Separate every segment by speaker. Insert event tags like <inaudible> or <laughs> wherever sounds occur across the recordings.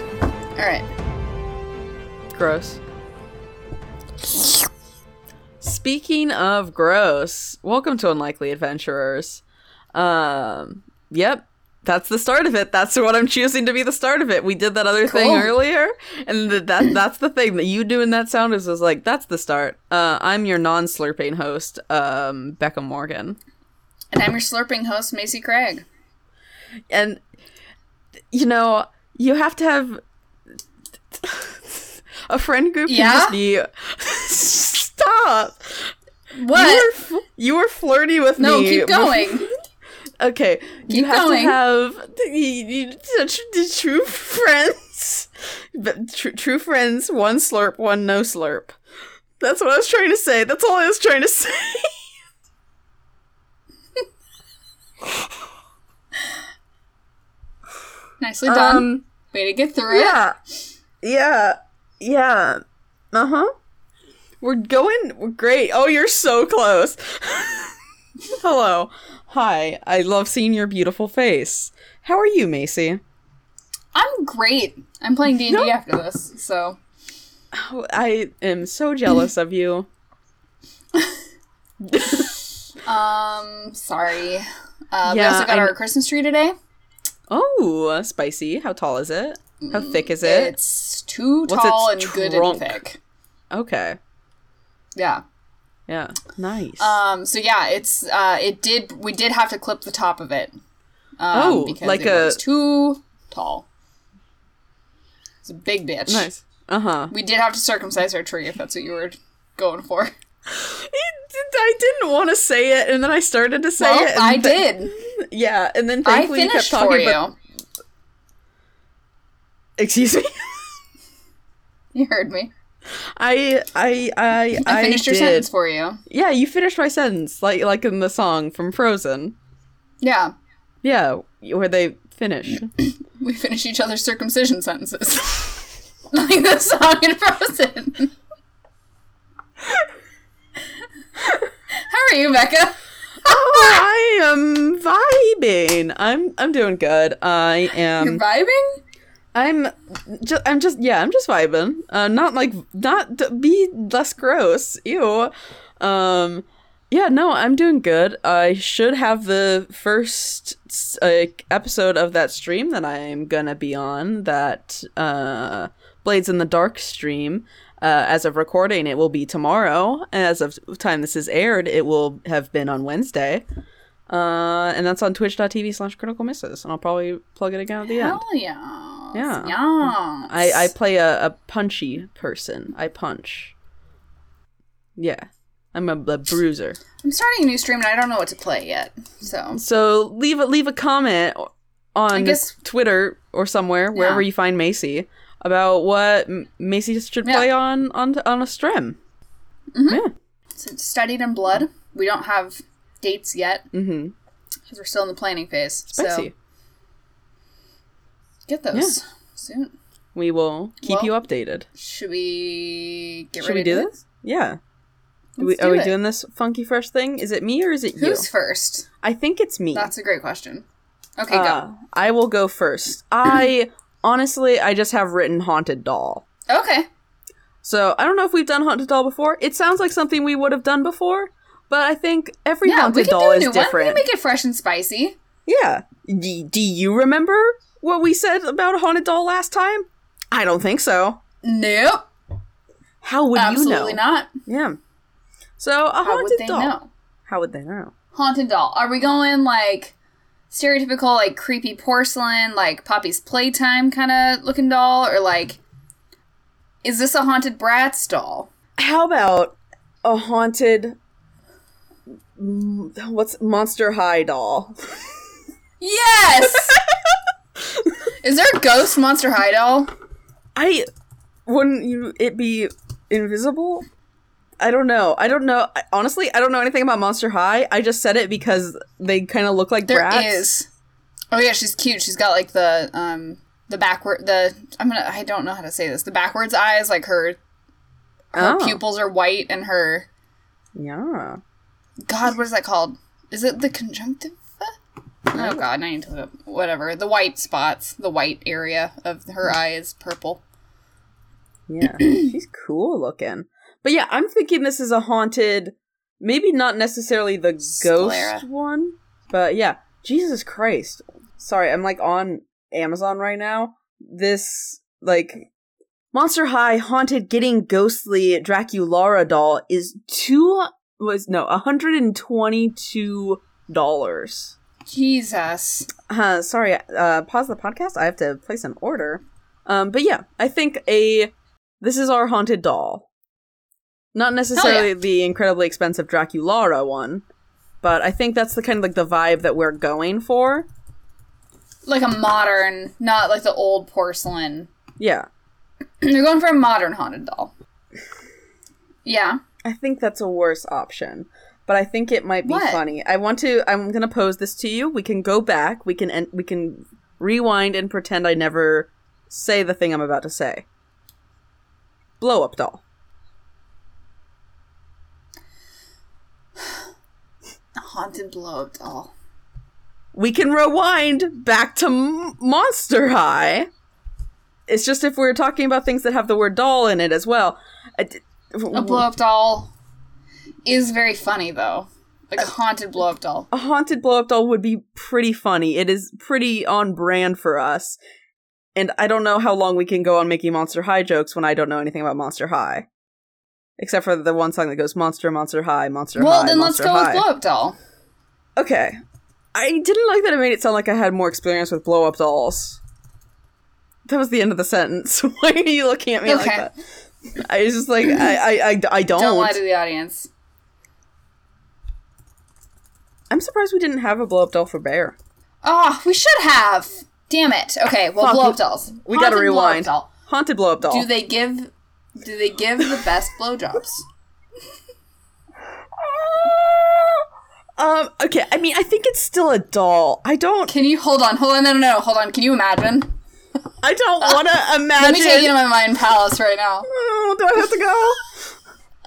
Speaker 1: All right.
Speaker 2: Gross. Speaking of gross, welcome to Unlikely Adventurers. Um, yep, that's the start of it. That's what I'm choosing to be the start of it. We did that other thing
Speaker 1: Cool.
Speaker 2: earlier, and th- that that's the thing that you doing that sound is, is like that's the start. Uh, I'm your non-slurping host, um, Becca Morgan,
Speaker 1: And I'm your slurping host, Macy Craig.
Speaker 2: and you know you have to have <laughs> a friend group.
Speaker 1: Yeah?
Speaker 2: Can just be stop. You
Speaker 1: What?
Speaker 2: were, fl- you were flirty with
Speaker 1: No,
Speaker 2: me.
Speaker 1: keep going.
Speaker 2: Okay, you
Speaker 1: Keep
Speaker 2: have
Speaker 1: going.
Speaker 2: to have you, you, such the true friends, but tr- true friends. One slurp, one no slurp. That's what I was trying to say. That's all I was trying to say.
Speaker 1: <laughs> Nicely done.
Speaker 2: Um,
Speaker 1: Way to get through it.
Speaker 2: yeah, yeah. Uh
Speaker 1: Uh-huh.
Speaker 2: huh. We're going. We're great. Oh, you're so close. <laughs> Hello, hi. I love seeing your beautiful face. How are you, Macy?
Speaker 1: I'm great. I'm playing D&D
Speaker 2: No.
Speaker 1: after this, so
Speaker 2: Oh, I am so jealous
Speaker 1: <laughs>
Speaker 2: of you.
Speaker 1: um sorry. Uh, we
Speaker 2: Yeah,
Speaker 1: also got
Speaker 2: I-
Speaker 1: our Christmas tree today.
Speaker 2: Oh, spicy. How tall is it? How thick is it?
Speaker 1: It's too
Speaker 2: What's
Speaker 1: tall and
Speaker 2: its
Speaker 1: good and
Speaker 2: trunk?
Speaker 1: thick.
Speaker 2: Okay.
Speaker 1: Yeah.
Speaker 2: Yeah. Uh, Nice.
Speaker 1: Um so yeah, it's uh it did we did have to clip the top of it. Um,
Speaker 2: Oh,
Speaker 1: because
Speaker 2: like
Speaker 1: it was
Speaker 2: a-
Speaker 1: too tall. It's a big bitch.
Speaker 2: nice. Uh huh.
Speaker 1: We did have to circumcise our tree if that's what you were going for.
Speaker 2: I didn't want to say it, and then I started to say
Speaker 1: Well,
Speaker 2: it. and
Speaker 1: I
Speaker 2: th-
Speaker 1: did.
Speaker 2: Yeah, and then
Speaker 1: I
Speaker 2: thankfully you kept
Speaker 1: finished
Speaker 2: talking.
Speaker 1: for
Speaker 2: about-
Speaker 1: you.
Speaker 2: Excuse me.
Speaker 1: You heard me.
Speaker 2: I I I
Speaker 1: I, finished your
Speaker 2: did.
Speaker 1: sentence for you.
Speaker 2: Yeah, you finished my sentence, like like in the song from Frozen.
Speaker 1: Yeah.
Speaker 2: Yeah, where they
Speaker 1: <laughs>
Speaker 2: finish.
Speaker 1: We finished each other's circumcision sentences. <laughs> like the song in Frozen. How are you, Becca?
Speaker 2: oh, I am vibing. I'm I'm doing good. I am.
Speaker 1: You're vibing?
Speaker 2: I'm just, I'm just, yeah, I'm just vibing. Uh, not like, not d- be less gross. Ew. Um, yeah, no, I'm doing good. I should have the first s- uh, episode of that stream that I'm gonna be on, that uh, Blades in the Dark stream. Uh, as of recording, it will be tomorrow. As of time this is aired, it will have been on Wednesday. Uh, and that's on twitch.tv slash critical misses. And I'll probably plug it again at the end.
Speaker 1: Hell yeah.
Speaker 2: Yeah.
Speaker 1: Yeah.
Speaker 2: I, I play a, a punchy person. I punch. Yeah. I'm a, a bruiser.
Speaker 1: I'm starting a new stream and I don't know what to play yet. So
Speaker 2: So leave a leave a comment on
Speaker 1: guess-
Speaker 2: Twitter or somewhere, wherever
Speaker 1: Yeah.
Speaker 2: you find Macy, about what M- Macy should
Speaker 1: Yeah. Mm-hmm.
Speaker 2: play on on on a stream.
Speaker 1: So it's studied in blood. We don't have dates yet
Speaker 2: Mm-hmm.
Speaker 1: because we're still in the planning phase.
Speaker 2: Spicy.
Speaker 1: So get those soon.
Speaker 2: we will keep
Speaker 1: Well,
Speaker 2: you updated.
Speaker 1: Should we get
Speaker 2: Should we
Speaker 1: ready to
Speaker 2: do this? Yeah. Do we,
Speaker 1: Let's
Speaker 2: are
Speaker 1: do
Speaker 2: we
Speaker 1: it.
Speaker 2: doing this funky fresh thing? Is it me or is it you?
Speaker 1: Who's first?
Speaker 2: I think it's me.
Speaker 1: That's a great question. Okay,
Speaker 2: Uh, I will
Speaker 1: <clears throat>
Speaker 2: go first. I honestly, I just have written haunted doll.
Speaker 1: go. Okay.
Speaker 2: So I don't know if we've done haunted doll before. It sounds like something we would have done before, but I think every
Speaker 1: Yeah, we
Speaker 2: haunted
Speaker 1: can
Speaker 2: doll
Speaker 1: do a
Speaker 2: is
Speaker 1: new one. We
Speaker 2: different.
Speaker 1: can make it fresh and spicy.
Speaker 2: yeah. D- do you remember what we said about haunted doll last time? I don't think so.
Speaker 1: Nope.
Speaker 2: How would
Speaker 1: absolutely
Speaker 2: you know?
Speaker 1: not.
Speaker 2: Yeah. So a
Speaker 1: How
Speaker 2: haunted
Speaker 1: would they
Speaker 2: doll.
Speaker 1: know?
Speaker 2: How would they know?
Speaker 1: Haunted doll. Are we going like stereotypical, like creepy porcelain, like Poppy's playtime kind of looking doll, or like is this a haunted Bratz doll?
Speaker 2: How about a haunted? mm, What's Monster High doll?
Speaker 1: Yes.
Speaker 2: <laughs>
Speaker 1: is there a ghost Monster High doll?
Speaker 2: I wouldn't you it be invisible? I don't know. I don't know. I, honestly, I don't know anything about Monster High. I just said it because they kind of look like
Speaker 1: There is.
Speaker 2: brats.
Speaker 1: Oh yeah, she's cute. She's got like the um the backward the I'm gonna I don't know how to say this. The backwards eyes, like her her
Speaker 2: Oh,
Speaker 1: pupils are white and her
Speaker 2: Yeah.
Speaker 1: God, what is that called? Is it the conjunctiva? Oh god, I need to look up whatever. The white spots, the white area of her eye is purple.
Speaker 2: Yeah, she's cool looking. But yeah, I'm thinking this is a haunted, maybe not necessarily the
Speaker 1: Sclera.
Speaker 2: ghost one, but yeah. Jesus Christ. Sorry, I'm like on Amazon right now. This like Monster High haunted getting ghostly Draculaura doll is two was no, $122.
Speaker 1: Jesus.
Speaker 2: Uh, sorry, uh, pause the podcast. I have to place an order. Um, but yeah, I think a this is our haunted doll. Not necessarily the incredibly expensive Draculaura one, but I think that's the kind of like the vibe that we're going for.
Speaker 1: Like a modern, not like the old porcelain. <clears throat>
Speaker 2: Yeah,
Speaker 1: They're going for a modern haunted doll. Yeah.
Speaker 2: I think that's a worse option, but I think it might be
Speaker 1: What?
Speaker 2: funny. I want to. I'm gonna pose this to you. We can go back. We can en- we can rewind and pretend I never say the thing I'm about to say. Blow up doll.
Speaker 1: A haunted blow up doll.
Speaker 2: we can rewind back to M- Monster High. It's just if we're talking about things that have the word doll in it as well. I d-
Speaker 1: A blow up doll is very funny though. Like
Speaker 2: <laughs>
Speaker 1: a haunted blow up doll.
Speaker 2: a haunted blow up doll would be pretty funny. It is pretty on brand for us. And I don't know how long we can go on making Monster High jokes when I don't know anything about Monster High. Except for the one song that goes Monster, Monster High, Monster
Speaker 1: Well,
Speaker 2: High.
Speaker 1: then let's
Speaker 2: Monster
Speaker 1: go
Speaker 2: High."
Speaker 1: with blow up doll.
Speaker 2: Okay. I didn't like that it made it sound like I had more experience with blow up dolls. That was the end of the sentence. <laughs> Why are you looking at me
Speaker 1: Okay.
Speaker 2: like that? I was just like, I, I, I, I don't.
Speaker 1: Don't lie to the audience.
Speaker 2: I'm surprised we didn't have a blow up doll for Bear.
Speaker 1: Ah, we should have. Damn it. Okay, well,
Speaker 2: Fuck,
Speaker 1: blow
Speaker 2: we-
Speaker 1: up dolls.
Speaker 2: We gotta
Speaker 1: Haunted blow-up
Speaker 2: rewind.
Speaker 1: doll.
Speaker 2: Haunted blow up doll.
Speaker 1: Do they give? Do they give the best blowjobs?
Speaker 2: um, okay, I mean, I think it's still a doll. I don't,
Speaker 1: Can you hold on? Hold on. No, no, no. Hold on. Can you imagine?
Speaker 2: I don't want to
Speaker 1: Uh, Let me
Speaker 2: imagine.
Speaker 1: take you to my mind palace right now.
Speaker 2: Oh, do I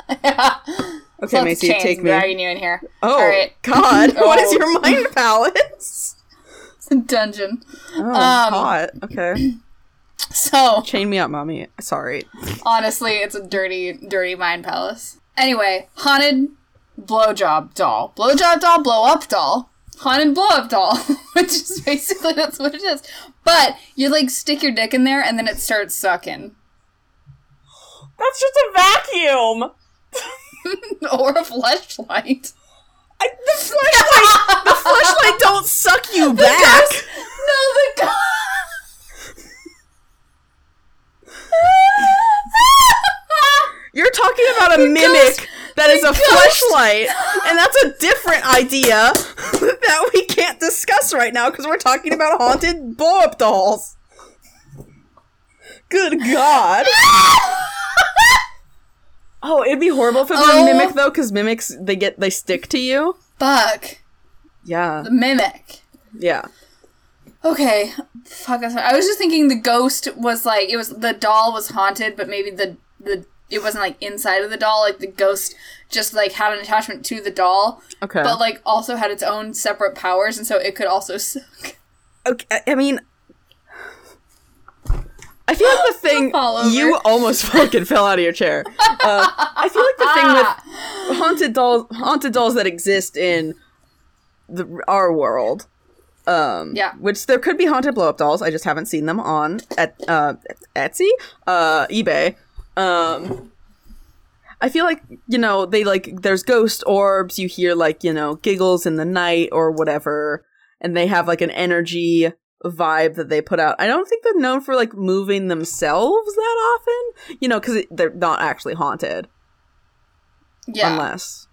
Speaker 2: have to
Speaker 1: <laughs>
Speaker 2: go? Okay,
Speaker 1: Lots of
Speaker 2: Macy,
Speaker 1: chains
Speaker 2: take me.
Speaker 1: dragging you in here.
Speaker 2: Oh,
Speaker 1: All right. <laughs>
Speaker 2: God. <laughs> What is
Speaker 1: Oh.
Speaker 2: your mind
Speaker 1: <laughs>
Speaker 2: palace?
Speaker 1: Dungeon.
Speaker 2: Oh,
Speaker 1: Um,
Speaker 2: hot. Okay.
Speaker 1: So
Speaker 2: Chain me up, mommy. Sorry.
Speaker 1: honestly, it's a dirty, dirty mind palace. Anyway, haunted blowjob doll, blowjob doll, blow up doll, haunted blow up doll, <laughs> which is basically that's what it is. But you like stick your dick in there and then it starts sucking. <laughs>
Speaker 2: That's just a vacuum.
Speaker 1: or a flashlight.
Speaker 2: I, the flashlight, <laughs> the flashlight don't suck you back.
Speaker 1: <laughs> No, the <laughs> ghost.
Speaker 2: You're talking about a mimic that is a flashlight, and that's a different idea <laughs> that we can't discuss right now because we're talking about haunted blow-up dolls. Good God. <laughs> Oh, it'd be horrible for the
Speaker 1: Oh.
Speaker 2: mimic though, because mimics they get they stick to you.
Speaker 1: Fuck.
Speaker 2: Yeah,
Speaker 1: The mimic.
Speaker 2: yeah.
Speaker 1: Okay. Fuck. that's- I was just thinking the ghost was like it was the doll was haunted, but maybe the the it wasn't like inside of the doll. Like the ghost just like had an attachment to the doll,
Speaker 2: Okay.
Speaker 1: but like also had its own separate powers, and so it could also suck.
Speaker 2: Okay, I- I mean, I feel like the thing
Speaker 1: Fall over.
Speaker 2: you almost <laughs> fucking fell out of your chair. Uh, I feel like the thing with
Speaker 1: Ah.
Speaker 2: haunted dolls, haunted dolls that exist in the our world, um,
Speaker 1: Yeah.
Speaker 2: which there could be haunted blow up dolls. I just haven't seen them on at uh, Etsy, uh, eBay. Um, I feel like you know they like there's ghost orbs. You hear like you know giggles in the night or whatever and they have like an energy vibe that they put out. I don't think they're known for like moving themselves that often, you know, because they're not actually haunted
Speaker 1: Yeah.
Speaker 2: unless.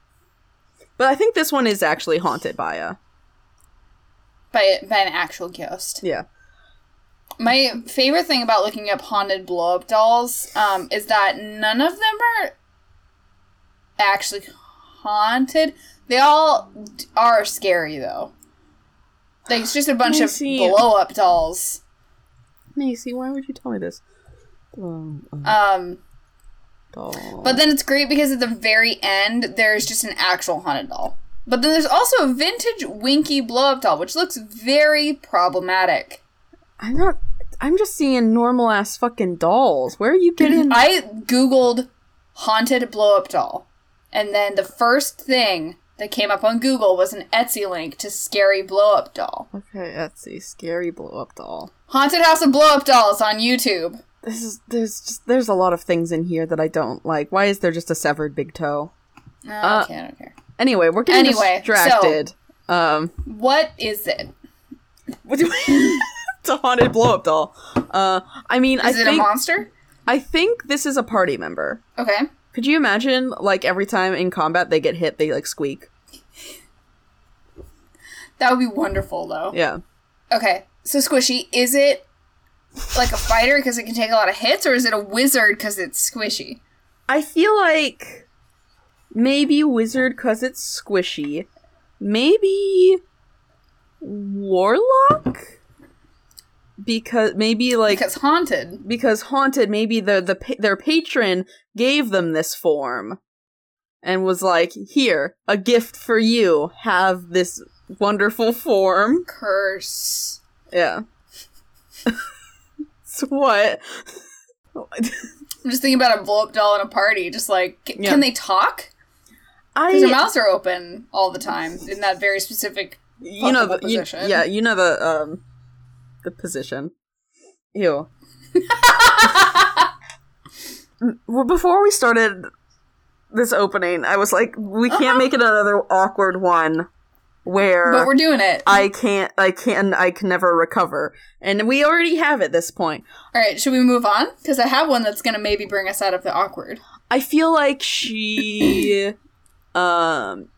Speaker 2: But I think this one is actually haunted by a
Speaker 1: By by an actual ghost.
Speaker 2: yeah.
Speaker 1: My favorite thing about looking up haunted blow up dolls um, is that none of them are actually haunted. They all d- are scary though. Like it's just a bunch
Speaker 2: I
Speaker 1: of
Speaker 2: see.
Speaker 1: blow up dolls.
Speaker 2: Macy, why would you tell me this? Um,
Speaker 1: Um,
Speaker 2: doll.
Speaker 1: but then it's great because at the very end there's just an actual haunted doll. But then there's also a vintage Winky blow up doll, which looks very problematic.
Speaker 2: I'm not. I'm just seeing normal ass fucking dolls. Where are you getting?
Speaker 1: I googled haunted blow up doll, and then the first thing that came up on Google was an Etsy link to scary blow up doll.
Speaker 2: Okay, Etsy, scary blow up doll.
Speaker 1: Haunted House of Blow Up Dolls on YouTube.
Speaker 2: This is there's just there's a lot of things in here that I don't like. Why is there just a severed big toe?
Speaker 1: Oh,
Speaker 2: Uh,
Speaker 1: okay, I don't care.
Speaker 2: Anyway, we're getting
Speaker 1: Anyway,
Speaker 2: distracted. Um,
Speaker 1: What is it?
Speaker 2: what do we? <laughs> it's a haunted blow up doll. Uh, I mean, I
Speaker 1: Is it a
Speaker 2: think
Speaker 1: monster?
Speaker 2: I think this is a party member.
Speaker 1: Okay.
Speaker 2: Could you imagine, like every time in combat they get hit, they like squeak?
Speaker 1: That would be wonderful, though.
Speaker 2: Yeah.
Speaker 1: Okay, so Squishy, is it like a fighter because it can take a lot of hits, or is it a wizard because it's squishy?
Speaker 2: I feel like maybe wizard because it's squishy. Maybe warlock because maybe like because,
Speaker 1: Because haunted.
Speaker 2: haunted. Maybe the the pa- their patron gave them this form and was like, "Here, a gift for you. Have this wonderful form."
Speaker 1: Curse.
Speaker 2: Yeah. <laughs> so what?
Speaker 1: I'm just thinking about a blow up doll in a party. Just like, c-
Speaker 2: Yeah.
Speaker 1: can they talk?
Speaker 2: I
Speaker 1: Because their mouths are open all the time in that very specific.
Speaker 2: you know the
Speaker 1: possible
Speaker 2: you-
Speaker 1: position.
Speaker 2: yeah you know the um the position
Speaker 1: <laughs>
Speaker 2: ew M- well before we started this opening i was like we can't make it another awkward one
Speaker 1: Uh-huh. But
Speaker 2: where
Speaker 1: we're doing it.
Speaker 2: i can't i can i can never recover and we already have at this point
Speaker 1: All right, should we move on? Because I have one that's going to maybe bring us out of the awkward.
Speaker 2: i feel
Speaker 1: <coughs>
Speaker 2: like she um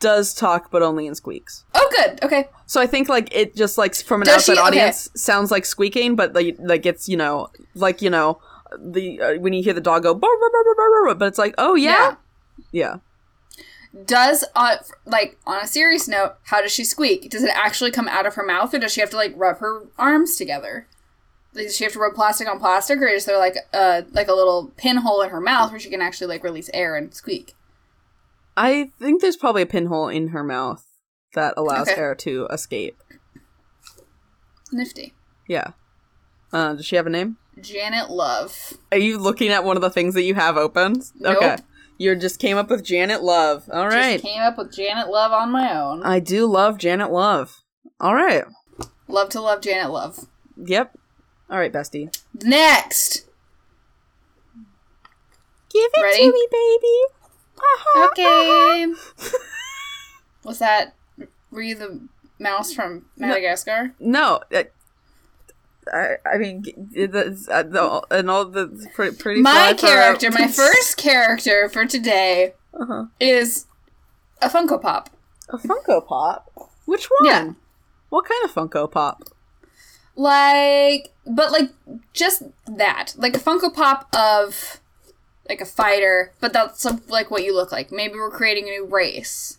Speaker 2: does talk but only in squeaks
Speaker 1: Oh, good. Okay.
Speaker 2: So I think like it just like from an
Speaker 1: Does
Speaker 2: outside
Speaker 1: she- okay.
Speaker 2: audience sounds like squeaking, but like like it's you know like you know the uh, when you hear the dog go "Bow, bow, bow, bow, bow, bow," but it's like oh yeah yeah
Speaker 1: Does, uh, f- like, on a serious note, how does she squeak? Does it actually come out of her mouth, or does she have to, like, rub her arms together? Like, does she have to rub plastic on plastic, or is there, like, a, like a little pinhole in her mouth where she can actually, like, release air and squeak?
Speaker 2: I think there's probably a pinhole in her mouth that allows
Speaker 1: Okay.
Speaker 2: air to escape.
Speaker 1: Nifty.
Speaker 2: Yeah. Uh, does she have a name?
Speaker 1: Janet Love.
Speaker 2: Are you looking at one of the things that you have open? Okay.
Speaker 1: Nope.
Speaker 2: You just came up with Janet Love. All right.
Speaker 1: Just came up with Janet Love on my own.
Speaker 2: I do love Janet Love. All right.
Speaker 1: love to love Janet Love.
Speaker 2: Yep. All right, bestie.
Speaker 1: Next!
Speaker 2: Give it
Speaker 1: Ready?
Speaker 2: to me, baby. Uh-huh.
Speaker 1: Okay. Was that were you the mouse from Madagascar?
Speaker 2: No, uh, I, I mean, g- the, uh, the, and all the pretty. pretty
Speaker 1: My
Speaker 2: fly far out-
Speaker 1: character, my <laughs> first character for today
Speaker 2: Uh-huh.
Speaker 1: is a Funko Pop.
Speaker 2: A Funko Pop. Which one?
Speaker 1: Yeah.
Speaker 2: What kind of Funko Pop?
Speaker 1: Like but like just that. Like a Funko Pop of like a fighter, but that's some- like what you look like. Maybe we're creating a new race.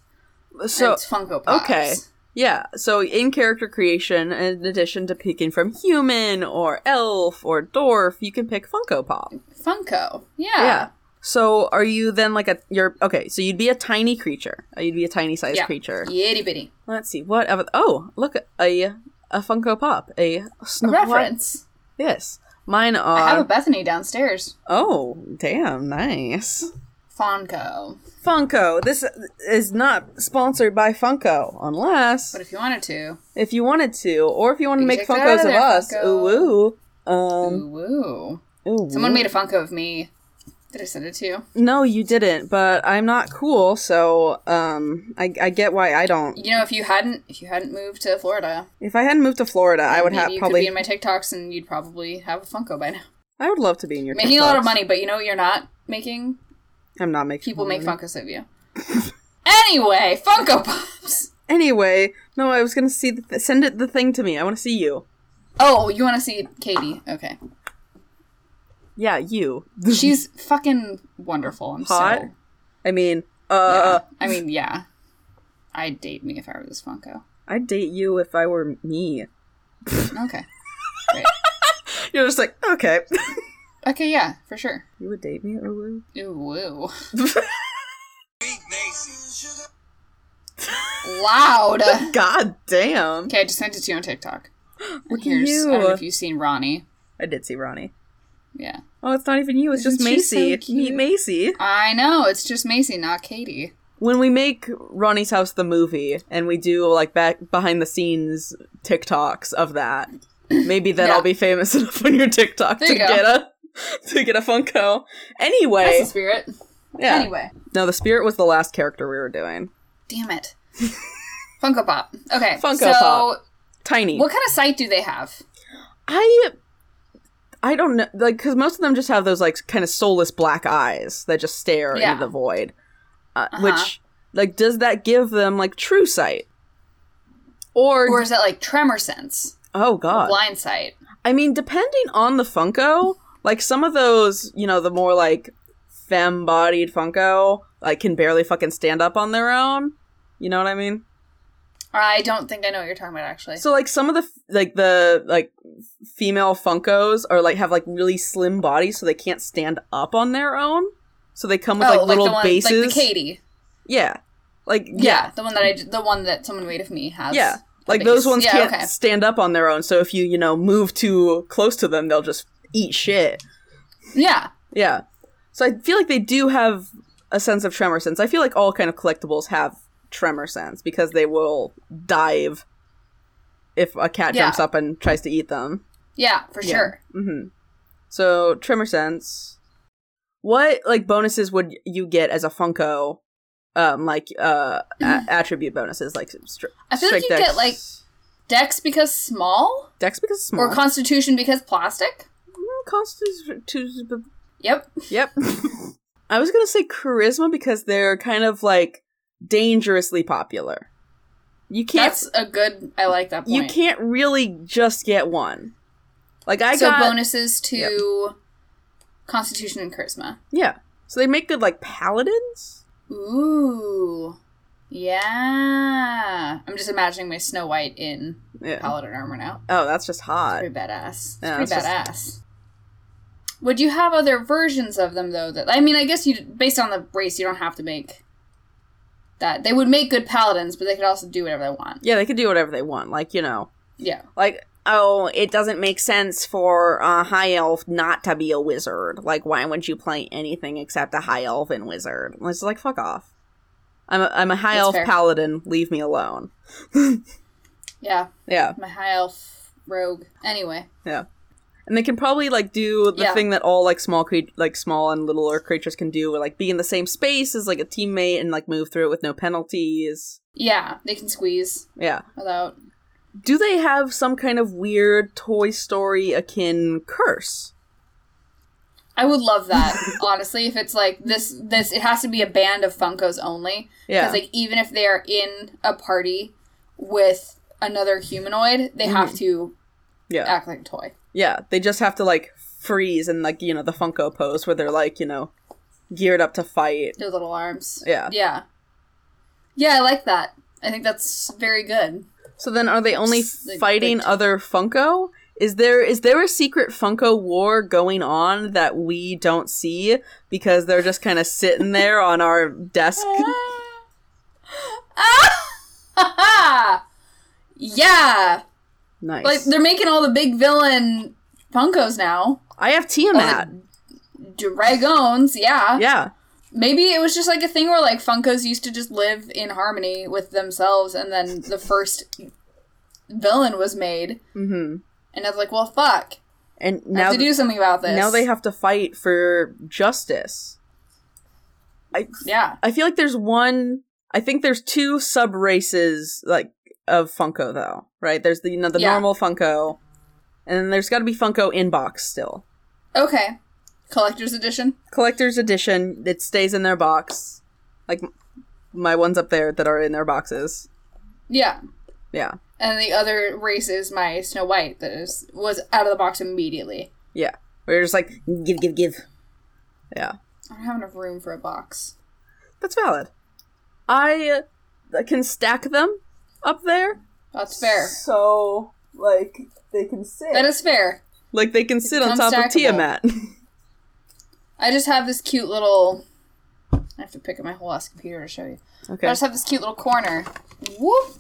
Speaker 1: and
Speaker 2: So
Speaker 1: it's Funko Pops.
Speaker 2: okay. yeah, so in character creation, in addition to picking from human or elf or dwarf, you can pick Funko Pop.
Speaker 1: Funko. Yeah.
Speaker 2: Yeah. So are you then like a you're okay? So you'd be a tiny creature. Uh, You'd be a tiny sized
Speaker 1: Yeah.
Speaker 2: creature.
Speaker 1: Itty bitty.
Speaker 2: Let's see what. Other, oh, look a a Funko Pop. A, sn-
Speaker 1: Reference.
Speaker 2: Yes. Mine are.
Speaker 1: I have a Bethany downstairs.
Speaker 2: oh, damn, nice.
Speaker 1: Funko.
Speaker 2: Funko. This is not sponsored by Funko, unless
Speaker 1: But if you wanted to,
Speaker 2: if you wanted to, or if you want to
Speaker 1: You
Speaker 2: make
Speaker 1: check that out
Speaker 2: Funkos of
Speaker 1: there,
Speaker 2: us.
Speaker 1: Funko.
Speaker 2: Ooh, ooh. Um,
Speaker 1: ooh, woo.
Speaker 2: ooh.
Speaker 1: Someone made a Funko of me. Did I send it to you?
Speaker 2: No, you didn't. But I'm not cool, so um, I, I get why I don't.
Speaker 1: You know, if you hadn't, if you hadn't moved to Florida,
Speaker 2: If I hadn't moved to Florida, I would
Speaker 1: maybe
Speaker 2: have
Speaker 1: you could be
Speaker 2: probably.
Speaker 1: in my TikToks and you'd probably have a Funko by
Speaker 2: <laughs>
Speaker 1: now.
Speaker 2: I would love to be in your.
Speaker 1: Making a lot of
Speaker 2: TikToks.
Speaker 1: money, but you know what you're not making?
Speaker 2: I'm not making
Speaker 1: People
Speaker 2: money.
Speaker 1: make Funkos of
Speaker 2: <laughs>
Speaker 1: you. anyway, Funko Pops.
Speaker 2: Anyway, no, I was gonna see. The th- send it the thing to me. I want to see you.
Speaker 1: Oh, you want to see Katie? Okay,
Speaker 2: Yeah, <laughs> you.
Speaker 1: she's fucking wonderful. I'm
Speaker 2: Hot?
Speaker 1: so.
Speaker 2: I mean,
Speaker 1: Yeah.
Speaker 2: uh,
Speaker 1: I mean, yeah. I'd date me if I were this Funko.
Speaker 2: I'd date you if I were me.
Speaker 1: Okay. Great.
Speaker 2: You're just like, okay. <laughs>
Speaker 1: Okay, yeah, for sure.
Speaker 2: you would date me, or woo?
Speaker 1: Ooh, woo.
Speaker 2: <laughs>
Speaker 1: Loud.
Speaker 2: God damn.
Speaker 1: Okay, I just sent it to you on TikTok.
Speaker 2: <gasps> Look at
Speaker 1: Here's, I don't know
Speaker 2: you.
Speaker 1: if you've seen Ronnie.
Speaker 2: I did see Ronnie.
Speaker 1: Yeah.
Speaker 2: Oh, it's not even you. It's just
Speaker 1: She's so
Speaker 2: Macy.
Speaker 1: cute.
Speaker 2: Meet Macy.
Speaker 1: I know, it's just Macy, not Katie.
Speaker 2: When we make Ronnie's House the movie and we do like back behind the scenes TikToks of that, maybe then
Speaker 1: Yeah.
Speaker 2: I'll be famous <laughs> enough on your TikTok
Speaker 1: There
Speaker 2: to
Speaker 1: you go.
Speaker 2: get a <laughs> to get a Funko. Anyway,
Speaker 1: That's the spirit.
Speaker 2: yeah.
Speaker 1: Anyway.
Speaker 2: No, the spirit was the last character we were doing.
Speaker 1: Damn
Speaker 2: <laughs>
Speaker 1: it. Funko Pop. Okay.
Speaker 2: Funko
Speaker 1: so
Speaker 2: Pop. Tiny.
Speaker 1: what kind of site do they have?
Speaker 2: I I don't know, like, because most of them just have those like kind of soulless black eyes that just stare
Speaker 1: Yeah.
Speaker 2: into the void. Uh,
Speaker 1: Uh-huh.
Speaker 2: Which, like, does that give them like true sight? Or,
Speaker 1: Or is it like Tremor Sense?
Speaker 2: oh god,
Speaker 1: Blind sight.
Speaker 2: I mean, depending on the Funko, like some of those, you know, the more like femme-bodied Funko, like can barely fucking stand up on their own. You know what I mean?
Speaker 1: I don't think I know what you're talking about actually.
Speaker 2: So like some of the f- like the like female Funkos are like have like really slim bodies, so they can't stand up on their own. So they come with like little
Speaker 1: the one,
Speaker 2: bases.
Speaker 1: Oh, like the Katie.
Speaker 2: Yeah, like
Speaker 1: Yeah,
Speaker 2: yeah,
Speaker 1: the one that I, the one that someone made of me has.
Speaker 2: yeah.
Speaker 1: the
Speaker 2: Like those
Speaker 1: base.
Speaker 2: ones
Speaker 1: Yeah,
Speaker 2: can't
Speaker 1: okay.
Speaker 2: stand up on their own. So if you you know move too close to them, they'll just eat shit.
Speaker 1: Yeah,
Speaker 2: Yeah. So I feel like they do have a sense of tremor sense. I feel like all kind of collectibles have tremor sense because they will dive if a cat
Speaker 1: Yeah.
Speaker 2: jumps up and tries to eat them.
Speaker 1: yeah, for
Speaker 2: Yeah.
Speaker 1: sure.
Speaker 2: Mm-hmm. So tremor sense. What like bonuses would you get as a Funko? Um, like uh, a- attribute bonuses like str-
Speaker 1: Mm. I feel like
Speaker 2: strength
Speaker 1: you
Speaker 2: dex-
Speaker 1: get like Dex because small
Speaker 2: dex because it's small
Speaker 1: or Constitution because plastic.
Speaker 2: Mm, constitu-
Speaker 1: Yep.
Speaker 2: Yep. <laughs> I was gonna say charisma because they're kind of like dangerously popular. You can't
Speaker 1: That's a good. I like that point.
Speaker 2: you can't really just get one. Like I
Speaker 1: so
Speaker 2: got
Speaker 1: bonuses to Constitution and Charisma.
Speaker 2: yeah. So they make good like paladins.
Speaker 1: Ooh. Yeah. I'm just imagining my Snow White in
Speaker 2: Yeah.
Speaker 1: paladin armor now.
Speaker 2: Oh, that's just hot.
Speaker 1: Pretty badass. It's
Speaker 2: Yeah,
Speaker 1: pretty
Speaker 2: it's
Speaker 1: badass. Would you have other versions of them though? That I mean, I guess you based on the race, you don't have to make that. They would make good paladins, but they could also do whatever they want.
Speaker 2: Yeah, they could do whatever they want. Like you know,
Speaker 1: Yeah.
Speaker 2: like oh, it doesn't make sense for a high elf not to be a wizard. Like why would you play anything except a high elf and wizard? And It's like fuck off. I'm a, I'm a high
Speaker 1: That's
Speaker 2: elf
Speaker 1: fair.
Speaker 2: paladin. Leave me alone.
Speaker 1: Yeah.
Speaker 2: Yeah,
Speaker 1: My high elf rogue. Anyway.
Speaker 2: yeah. And they can probably like do the
Speaker 1: Yeah.
Speaker 2: thing that all like small cre- like small and littler creatures can do, where like be in the same space as like a teammate and like move through it with no penalties.
Speaker 1: Yeah, they can squeeze
Speaker 2: Yeah.
Speaker 1: without.
Speaker 2: Do they have some kind of weird Toy Story akin curse?
Speaker 1: I would love that <laughs> honestly. If it's like this, this it has to be a band of Funkos only.
Speaker 2: Yeah.
Speaker 1: Because like even if they are in a party with another humanoid, they have to
Speaker 2: Mm-hmm. yeah.
Speaker 1: act like a toy.
Speaker 2: Yeah, they just have to like freeze and like you know the Funko pose where they're like you know geared up to fight.
Speaker 1: Their little arms.
Speaker 2: Yeah.
Speaker 1: Yeah. Yeah, I like that. I think that's very good. <laughs>
Speaker 2: So then, are they only
Speaker 1: S- like,
Speaker 2: fighting
Speaker 1: like-
Speaker 2: other Funko? Is there is there a secret Funko war going on that we don't see because they're just kind of sitting there on our desk?
Speaker 1: Ah! yeah. <laughs>
Speaker 2: Nice.
Speaker 1: Like they're making all the big villain Funkos now.
Speaker 2: I have Tiamat.
Speaker 1: Dragons, yeah.
Speaker 2: yeah,
Speaker 1: Maybe it was just like a thing where like Funkos used to just live in harmony with themselves, and then the first villain was made, mm-hmm. and I was like, "Well, fuck,
Speaker 2: and
Speaker 1: I
Speaker 2: now
Speaker 1: have to do something about this."
Speaker 2: now they have to fight for justice. I
Speaker 1: yeah,
Speaker 2: I feel like there's one. I think there's two sub races like of Funko though, right? There's the you know the
Speaker 1: Yeah.
Speaker 2: normal Funko, and then there's got to be Funko inbox still.
Speaker 1: okay, collector's edition.
Speaker 2: Collector's edition. It stays in their box. Like m- my ones up there that are in their boxes.
Speaker 1: Yeah,
Speaker 2: Yeah,
Speaker 1: and the other race is my Snow White that is was out of the box immediately.
Speaker 2: yeah. We're just like give, give, give. Yeah,
Speaker 1: I don't have enough room for a box.
Speaker 2: that's valid. I uh, can stack them up there.
Speaker 1: That's fair.
Speaker 2: So like they can sit.
Speaker 1: That is fair.
Speaker 2: like they can sit on
Speaker 1: becomes
Speaker 2: top of
Speaker 1: stackable.
Speaker 2: Tiamat. <laughs>
Speaker 1: I just have this cute little. I have to pick up my whole ass computer to show you.
Speaker 2: okay.
Speaker 1: I just have this cute little corner. Whoop.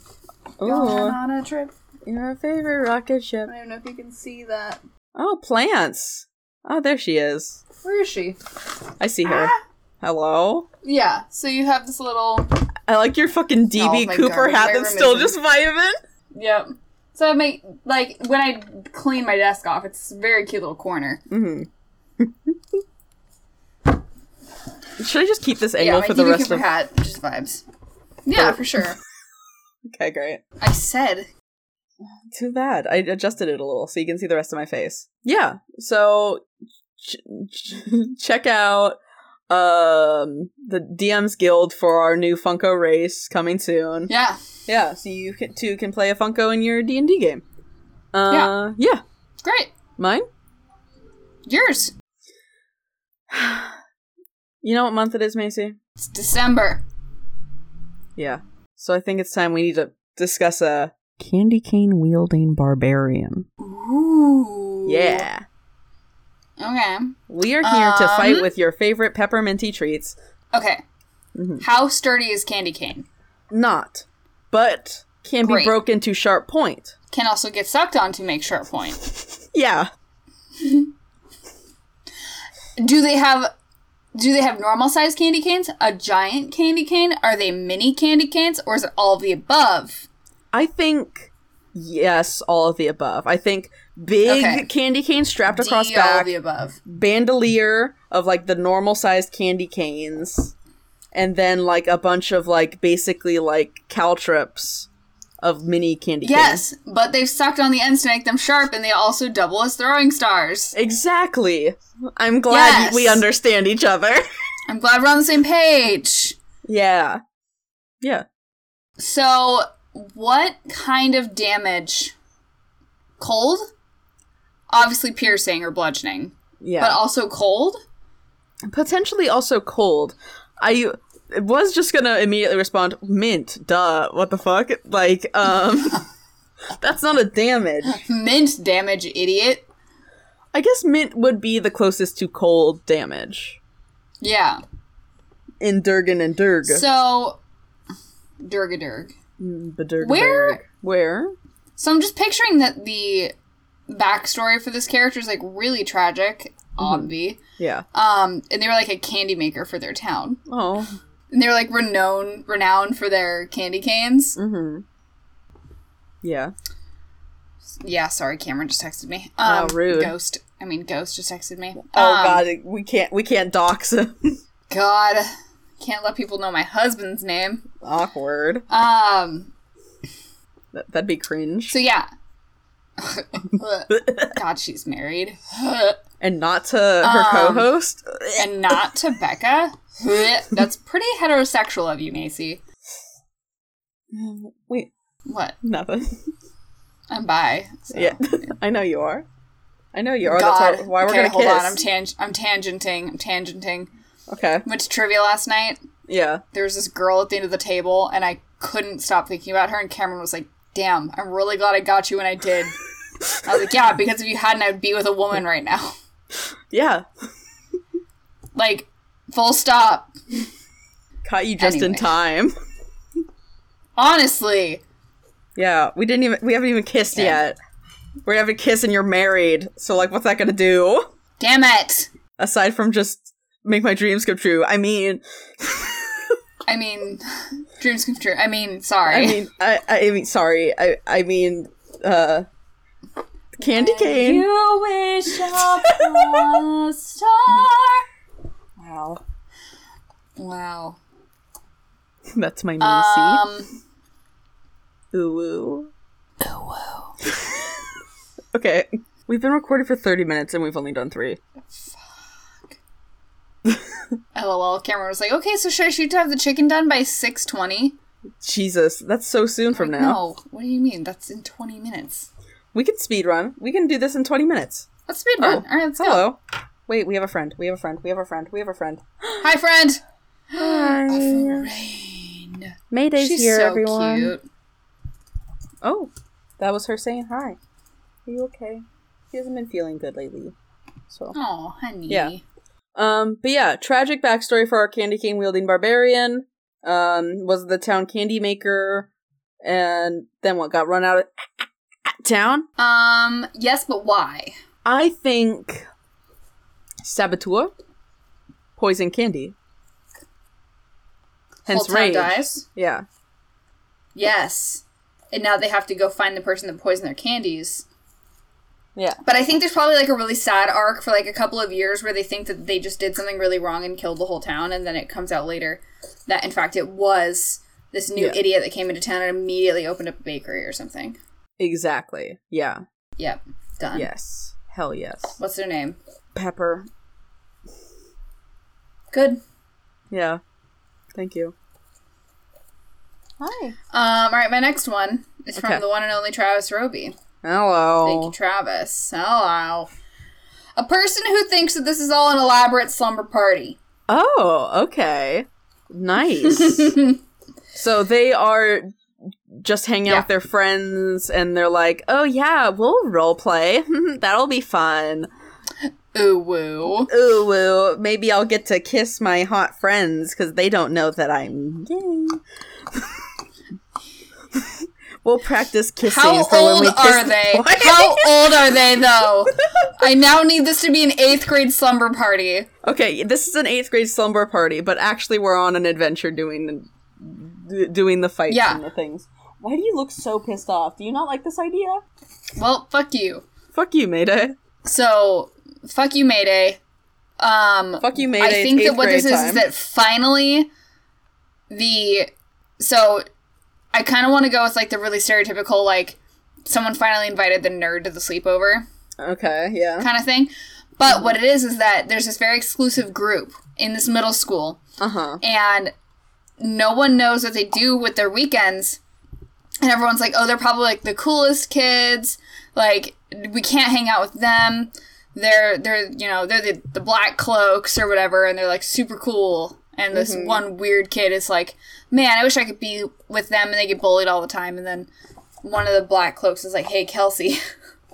Speaker 2: Ooh.
Speaker 1: Going on a trip.
Speaker 2: Your favorite rocket ship.
Speaker 1: I don't know if you can see that.
Speaker 2: Oh, plants. Oh, there she is.
Speaker 1: Where is she?
Speaker 2: I see her. Hello.
Speaker 1: Yeah, so you have this little.
Speaker 2: I like your fucking DB
Speaker 1: Oh my
Speaker 2: Cooper
Speaker 1: God,
Speaker 2: hat
Speaker 1: my
Speaker 2: that's
Speaker 1: room
Speaker 2: still
Speaker 1: is-
Speaker 2: just vibing.
Speaker 1: Yep. So I make. Like, when I clean my desk off, it's a very cute little corner.
Speaker 2: Should I just keep this
Speaker 1: Yeah,
Speaker 2: angle
Speaker 1: my
Speaker 2: for the
Speaker 1: DB
Speaker 2: rest
Speaker 1: Cooper
Speaker 2: of?
Speaker 1: hat just vibes. Yeah, for sure.
Speaker 2: Okay, great.
Speaker 1: I said.
Speaker 2: Too bad. I adjusted it a little so you can see the rest of my face. Yeah. So ch- ch- <laughs> check out um the DMs Guild for our new Funko race coming soon. Yeah,
Speaker 1: Yeah,
Speaker 2: so you can, too can play a Funko in your D and D game. Uh, yeah.
Speaker 1: great.
Speaker 2: Mine.
Speaker 1: Yours.
Speaker 2: <sighs> You know what month it is, Macy?
Speaker 1: It's December.
Speaker 2: Yeah. So I think it's time we need to discuss a candy cane wielding barbarian.
Speaker 1: Ooh.
Speaker 2: Yeah.
Speaker 1: Okay.
Speaker 2: We are here to
Speaker 1: Um,
Speaker 2: fight with your favorite pepperminty treats.
Speaker 1: Okay.
Speaker 2: Mhm.
Speaker 1: How sturdy is candy cane?
Speaker 2: Not, but can
Speaker 1: Great.
Speaker 2: be broken to sharp point.
Speaker 1: Can also get sucked on to make sharp point.
Speaker 2: Yeah.
Speaker 1: Do they have do they have normal size candy canes? A giant candy cane? Are they mini candy canes? Or is it all of the above?
Speaker 2: I think yes, all of the above. I think big
Speaker 1: Okay.
Speaker 2: candy cane strapped
Speaker 1: D,
Speaker 2: across
Speaker 1: all of
Speaker 2: back,
Speaker 1: the above.
Speaker 2: bandolier of like the normal sized candy canes, and then like a bunch of like basically like caltrips of mini candy canes.
Speaker 1: Yes, but they've sucked on the ends to make them sharp and they also double as throwing stars.
Speaker 2: Exactly. I'm glad
Speaker 1: Yes.
Speaker 2: we understand each other. <laughs>
Speaker 1: I'm glad we're on the same page.
Speaker 2: yeah. Yeah.
Speaker 1: So, what kind of damage? Cold? Obviously, piercing or bludgeoning,
Speaker 2: Yeah.
Speaker 1: but also cold?
Speaker 2: potentially also cold. I was just gonna immediately respond, mint, duh, what the fuck? Like, um, <laughs> that's not a damage.
Speaker 1: Mint damage, idiot.
Speaker 2: I guess mint would be the closest to cold damage
Speaker 1: Yeah.
Speaker 2: in Durgan and Durg.
Speaker 1: So, Durga Durg.
Speaker 2: Mm, Badurg,
Speaker 1: Where-
Speaker 2: Badurg. Where?
Speaker 1: So, I'm just picturing that the backstory for this character is like really tragic,
Speaker 2: Mm-hmm.
Speaker 1: obvi.
Speaker 2: Yeah.
Speaker 1: Um, and they were like a candy maker for their town.
Speaker 2: Oh.
Speaker 1: And they were like renowned, renowned for their candy canes.
Speaker 2: Mm-hmm. Yeah.
Speaker 1: Yeah, sorry, Cameron just texted me. Um,
Speaker 2: Oh, rude.
Speaker 1: Ghost. I mean, Ghost just texted me.
Speaker 2: Oh
Speaker 1: Um,
Speaker 2: god, we can't we can't dox him. <laughs>
Speaker 1: God, can't let people know my husband's name.
Speaker 2: Awkward.
Speaker 1: Um.
Speaker 2: That, that'd be cringe.
Speaker 1: So yeah. <laughs> God, she's married, <laughs>
Speaker 2: And not to her
Speaker 1: Um,
Speaker 2: co-host.
Speaker 1: and not to Becca. <laughs> That's pretty heterosexual of you, Macy. um,
Speaker 2: Wait,
Speaker 1: What? <laughs>
Speaker 2: nothing.
Speaker 1: I'm bi. so.
Speaker 2: Yeah, I know you are. I know you are.
Speaker 1: God.
Speaker 2: That's how, why we're
Speaker 1: okay,
Speaker 2: gonna
Speaker 1: hold
Speaker 2: kiss.
Speaker 1: on. I'm tang- I'm tangenting. I'm tangenting.
Speaker 2: okay.
Speaker 1: Went to trivia last night.
Speaker 2: Yeah.
Speaker 1: there was this girl at the end of the table and I couldn't stop thinking about her and Cameron was like, "Damn, I'm really glad I got you when I did." I was like,
Speaker 2: <laughs>
Speaker 1: "Yeah, because if you hadn't, I'd be with a woman right now." <laughs>
Speaker 2: Yeah.
Speaker 1: Like, full stop.
Speaker 2: Caught you just in
Speaker 1: Anyway.
Speaker 2: time.
Speaker 1: Honestly,
Speaker 2: Yeah. We didn't even. We haven't even kissed yet. We're gonna have a kiss and you're married. So like, what's that gonna do?
Speaker 1: damn it.
Speaker 2: Aside from just make my dreams come true. I mean,
Speaker 1: I mean, <sighs> dreams come true. I mean, sorry. <laughs>
Speaker 2: I mean, I, I mean, sorry. I, I mean, uh, candy cane.
Speaker 1: you wish upon a star.
Speaker 2: wow.
Speaker 1: Wow.
Speaker 2: That's my Macy.
Speaker 1: Um,
Speaker 2: Ooh. Ooh. <laughs> okay. We've been recording for 30 minutes and we've only done three.
Speaker 1: lol. Cameron was like, "Okay, so should I shoot to have the chicken done by 6:20?"
Speaker 2: Jesus, that's so soon from now.
Speaker 1: No. What do you mean? That's in 20 minutes.
Speaker 2: We can speed run. We can do this in 20 minutes.
Speaker 1: Let's speed run.
Speaker 2: Oh,
Speaker 1: All right, let's go.
Speaker 2: Hello. Wait, we have a friend. We have a friend. We have a friend. We have a friend.
Speaker 1: Hi,
Speaker 2: <gasps>
Speaker 1: friend.
Speaker 2: Mayday's
Speaker 1: She's
Speaker 2: here,
Speaker 1: so
Speaker 2: everyone.
Speaker 1: cute.
Speaker 2: Oh, that was her saying hi. Are you okay? She hasn't been feeling good lately. So.
Speaker 1: Oh, honey.
Speaker 2: Yeah. Um, but yeah, tragic backstory for our candy cane wielding barbarian. Um, was the town candy maker, and then what got run out of <coughs> Town?
Speaker 1: Um, yes, but why?
Speaker 2: I think Saboteur, Poison Candy. Hence
Speaker 1: Whole town
Speaker 2: Rage.
Speaker 1: dies.
Speaker 2: Yeah.
Speaker 1: Yes. And now they have to go find the person that poisoned their candies.
Speaker 2: Yeah.
Speaker 1: But I think there's probably like a really sad arc for like a couple of years where they think that they just did something really wrong and killed the whole town, and then it comes out later that in fact it was this new
Speaker 2: Yeah.
Speaker 1: idiot that came into town and immediately opened up a bakery or something.
Speaker 2: Exactly. Yeah.
Speaker 1: Yep, done.
Speaker 2: Yes. Hell yes.
Speaker 1: What's their name?
Speaker 2: Pepper.
Speaker 1: Good.
Speaker 2: Yeah. Thank you. Hi.
Speaker 1: Um, all right, my next one is
Speaker 2: Okay. Oh.
Speaker 1: from the one and only Travis Roby.
Speaker 2: Hello.
Speaker 1: Thank you, Travis. Hello. A person who thinks that this is all an elaborate slumber party.
Speaker 2: Oh, okay. <laughs> Nice. so they are just hanging out
Speaker 1: Yeah.
Speaker 2: with their friends and they're like, oh, yeah, we'll role play. <laughs> That'll be fun.
Speaker 1: Ooh woo.
Speaker 2: Ooh, woo. Maybe I'll get to kiss my hot friends because they don't know that I'm gay. <laughs> we'll practice kissing
Speaker 1: How
Speaker 2: for when
Speaker 1: old
Speaker 2: we kiss
Speaker 1: are
Speaker 2: the
Speaker 1: they?
Speaker 2: boy.
Speaker 1: How old are they though? I now need this to be an eighth grade slumber party.
Speaker 2: Okay, this is an eighth grade slumber party, but actually we're on an adventure doing the doing the fights
Speaker 1: Yeah.
Speaker 2: and the things. Why do you look so pissed off? Do you not like this idea?
Speaker 1: Well, fuck you.
Speaker 2: Fuck you, Mayday.
Speaker 1: So, fuck you, Mayday. Um,
Speaker 2: Fuck you, Mayday.
Speaker 1: I
Speaker 2: It's
Speaker 1: think that
Speaker 2: eighth
Speaker 1: what this
Speaker 2: grade
Speaker 1: is is
Speaker 2: time.
Speaker 1: that finally the so I kind of want to go with like the really stereotypical like someone finally invited the nerd to the sleepover
Speaker 2: Okay, yeah.
Speaker 1: kind of thing. But what it is is that there's this very exclusive group in this middle school
Speaker 2: Uh huh.
Speaker 1: and no one knows what they do with their weekends. And everyone's like, oh, they're probably like the coolest kids. Like, we can't hang out with them. They're, they're, you know, they're the, the black cloaks or whatever, and they're like super cool. And this one weird kid is like, man, I wish I could be with them. And they get bullied all the time. And then one of the black cloaks is like, hey, Kelsey.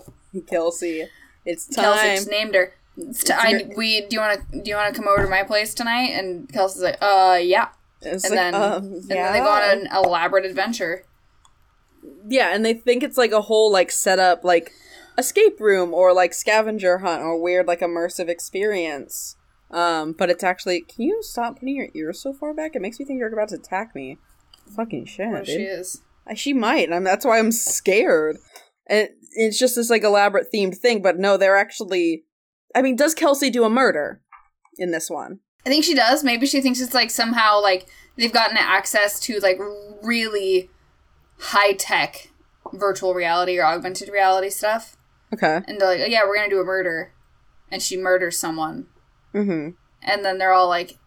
Speaker 1: <laughs>
Speaker 2: Kelsey, it's
Speaker 1: Kelsey
Speaker 2: time.
Speaker 1: just named her. It's t- I, we do you want to do you want to come over to my place tonight? And Kelsey's like, uh, yeah
Speaker 2: It's
Speaker 1: and
Speaker 2: like,
Speaker 1: then
Speaker 2: um,
Speaker 1: and then they go on an elaborate adventure.
Speaker 2: yeah, and they think it's like a whole like setup, like escape room or like scavenger hunt or weird like immersive experience. Um, but it's actually. Can you stop putting your ears so far back? It makes me think you're about to attack me. Fucking shit,
Speaker 1: Where
Speaker 2: dude.
Speaker 1: she is.
Speaker 2: I- She might. And I'm, that's why I'm scared. And it's just this like elaborate themed thing. But no, they're actually. I mean, does Kelsey do a murder in this one?
Speaker 1: I think she does. Maybe she thinks it's like somehow like they've gotten access to like really high tech virtual reality or augmented reality stuff,
Speaker 2: Okay.
Speaker 1: and they're like, oh, yeah, we're gonna do a murder, and she murders someone,
Speaker 2: Mm-hmm.
Speaker 1: and then they're all like,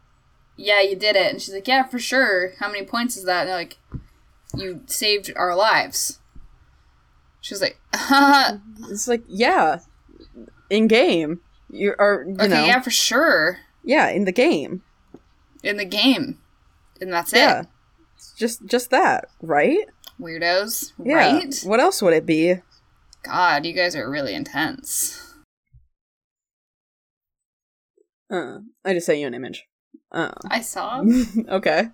Speaker 1: yeah, you did it, and she's like, yeah, for sure. How many points is that? And they're like, you saved our lives. She's like, <laughs>
Speaker 2: It's like, yeah, in game. You are, you
Speaker 1: okay,
Speaker 2: know.
Speaker 1: yeah, for sure.
Speaker 2: Yeah, in the game.
Speaker 1: in the game. And that's
Speaker 2: Yeah.
Speaker 1: it.
Speaker 2: It's Just just that, right?
Speaker 1: Weirdos.
Speaker 2: Yeah.
Speaker 1: Right?
Speaker 2: What else would it be?
Speaker 1: God, you guys are really intense.
Speaker 2: Uh, I just sent you an image. Uh, <laughs>
Speaker 1: I saw.
Speaker 2: okay.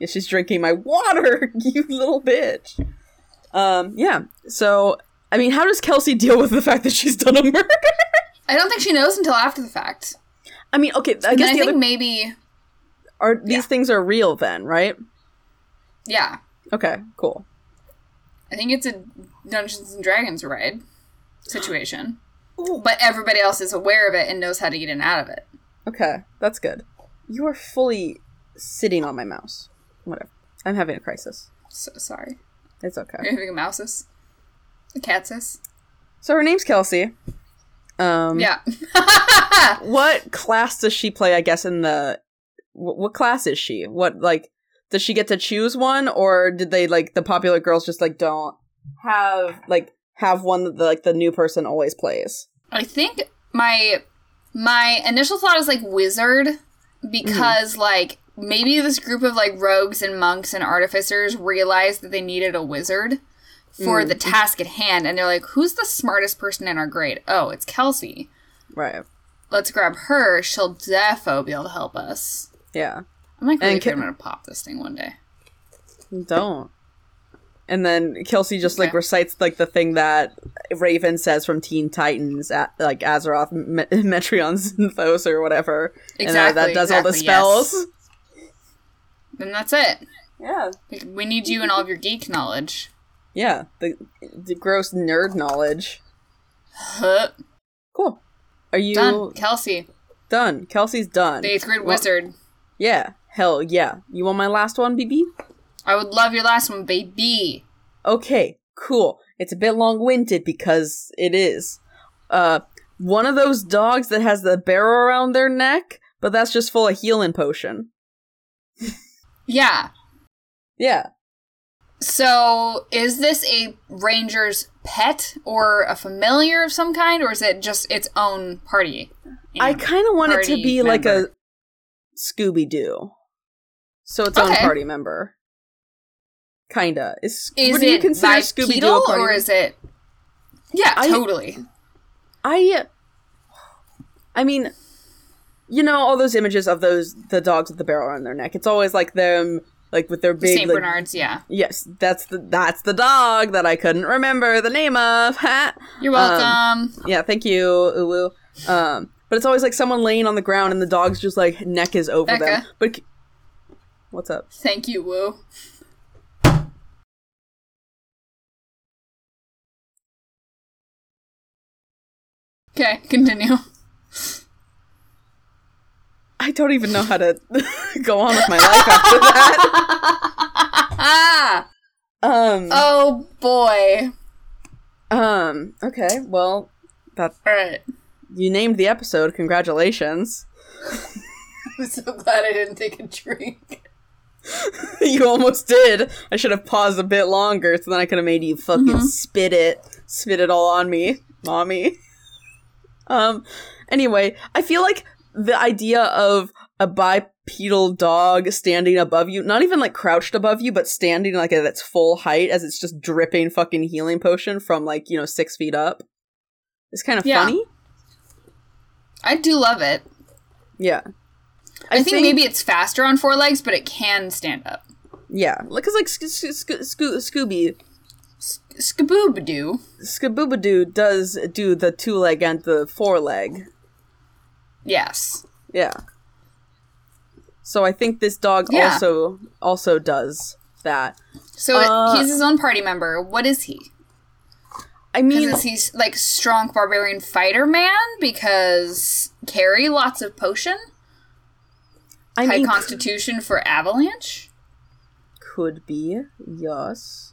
Speaker 2: Yeah, she's drinking my water, <laughs> you little bitch. Um, yeah. So, I mean, how does Kelsey deal with the fact that she's done a murder?
Speaker 1: I don't think she knows until after the fact.
Speaker 2: I mean, okay. I
Speaker 1: And
Speaker 2: guess
Speaker 1: I
Speaker 2: the
Speaker 1: think
Speaker 2: other
Speaker 1: maybe
Speaker 2: are these things are real then, right?
Speaker 1: yeah.
Speaker 2: Okay, cool.
Speaker 1: I think it's a Dungeons and Dragons raid situation. But everybody else is aware of it and knows how to get in and out of it.
Speaker 2: Okay, that's good. You are fully sitting on my mouse. Whatever. I'm having a crisis.
Speaker 1: So sorry.
Speaker 2: It's okay.
Speaker 1: Are you having a mouses? A catsis?
Speaker 2: So her name's Kelsey. Um,
Speaker 1: Yeah.
Speaker 2: What class does she play? I guess in the wh- what class is she? What like does she get to choose one, or did they like the popular girls just like don't have like have one that like the new person always plays?
Speaker 1: I think my my initial thought is like wizard
Speaker 2: Mm-hmm.
Speaker 1: because like maybe this group of like rogues and monks and artificers realized that they needed a wizard
Speaker 2: Mm.
Speaker 1: for the task at hand and they're like who's the smartest person in our grade? Oh, it's Kelsey.
Speaker 2: Right.
Speaker 1: Let's grab her. She'll defo be able to help us.
Speaker 2: Yeah.
Speaker 1: I'm like really
Speaker 2: And
Speaker 1: afraid
Speaker 2: Ca-
Speaker 1: I'm gonna pop this thing one day.
Speaker 2: Don't. And then Kelsey just like
Speaker 1: Okay.
Speaker 2: recites like the thing that Raven says from Teen Titans, at, like Azeroth, Me- <laughs> Metreon, Synthos, or whatever. and uh,
Speaker 1: Exactly,
Speaker 2: that does all the
Speaker 1: exactly, yes.
Speaker 2: spells.
Speaker 1: Then that's it.
Speaker 2: Yeah,
Speaker 1: We- We need you and all of your geek knowledge.
Speaker 2: yeah. The, the gross nerd knowledge.
Speaker 1: Huh.
Speaker 2: Cool. Are you
Speaker 1: Done.
Speaker 2: done?
Speaker 1: Kelsey,
Speaker 2: Kelsey's done.
Speaker 1: the eighth grade
Speaker 2: Well-
Speaker 1: wizard.
Speaker 2: yeah. Hell yeah. You want my last one, BB?
Speaker 1: I would love your last one, baby.
Speaker 2: Okay, cool. It's a bit long winded because it is. Uh, one of those dogs that has the barrel around their neck, but that's just full of healing potion.
Speaker 1: Yeah.
Speaker 2: Yeah.
Speaker 1: So, is this a ranger's pet or a familiar of some kind, or is it just its own party?
Speaker 2: I kind of want it to
Speaker 1: Party
Speaker 2: be like a
Speaker 1: member.
Speaker 2: Scooby Doo. So its own
Speaker 1: Okay.
Speaker 2: party member. Kinda. Is,
Speaker 1: is
Speaker 2: would
Speaker 1: it
Speaker 2: you consider Scooby Doo
Speaker 1: bipedal,
Speaker 2: a party
Speaker 1: or is it? Yeah,
Speaker 2: I-
Speaker 1: totally.
Speaker 2: I I mean you know all those images of those the dogs with the barrel around their neck. It's always like them like with their
Speaker 1: The
Speaker 2: big
Speaker 1: Saint
Speaker 2: like-
Speaker 1: Bernards. Yeah,
Speaker 2: Yes, that's the that's the dog that I couldn't remember the name of. <laughs> Ha.
Speaker 1: you're
Speaker 2: Um,
Speaker 1: welcome.
Speaker 2: yeah, thank you, Ulu. Um, but it's always like someone laying on the ground and the dog's just like neck is over them.
Speaker 1: Becca.
Speaker 2: But c- what's up?
Speaker 1: Thank you, Woo. Okay, continue.
Speaker 2: I don't even know how to <laughs> go
Speaker 1: <laughs>
Speaker 2: on with my life after that.
Speaker 1: ah!
Speaker 2: Um,
Speaker 1: Oh boy.
Speaker 2: um, okay, well, that
Speaker 1: Alright.
Speaker 2: <laughs> you named the episode. Congratulations.
Speaker 1: I'm so glad I didn't take a drink.
Speaker 2: <laughs> you almost did. I should have paused a bit longer, so then I could have made you fucking
Speaker 1: Mm-hmm.
Speaker 2: spit it, spit it all on me, mommy. <laughs> Um. Anyway, I feel like the idea of a bipedal dog standing above you, not even like crouched above you, but standing like at its full height as it's just dripping fucking healing potion from like you know six feet up, is kind of
Speaker 1: Yeah.
Speaker 2: funny.
Speaker 1: I do love it.
Speaker 2: Yeah.
Speaker 1: I, think, maybe it's faster on four legs, but it can stand up.
Speaker 2: yeah, because like Sco- Sco- Sco- Sco- Scooby,
Speaker 1: Skaboob doo.
Speaker 2: Skaboobadoo does do the two leg and the four leg.
Speaker 1: Yes.
Speaker 2: Yeah. So I think this dog
Speaker 1: Yeah.
Speaker 2: also also does that.
Speaker 1: So it-
Speaker 2: Uh,
Speaker 1: he's his own party member. What is he?
Speaker 2: I
Speaker 1: 'Cause
Speaker 2: mean,
Speaker 1: Is he s- like strong barbarian fighter man? Because carry lots of potion?
Speaker 2: I
Speaker 1: High
Speaker 2: mean,
Speaker 1: constitution for avalanche?
Speaker 2: could be yes.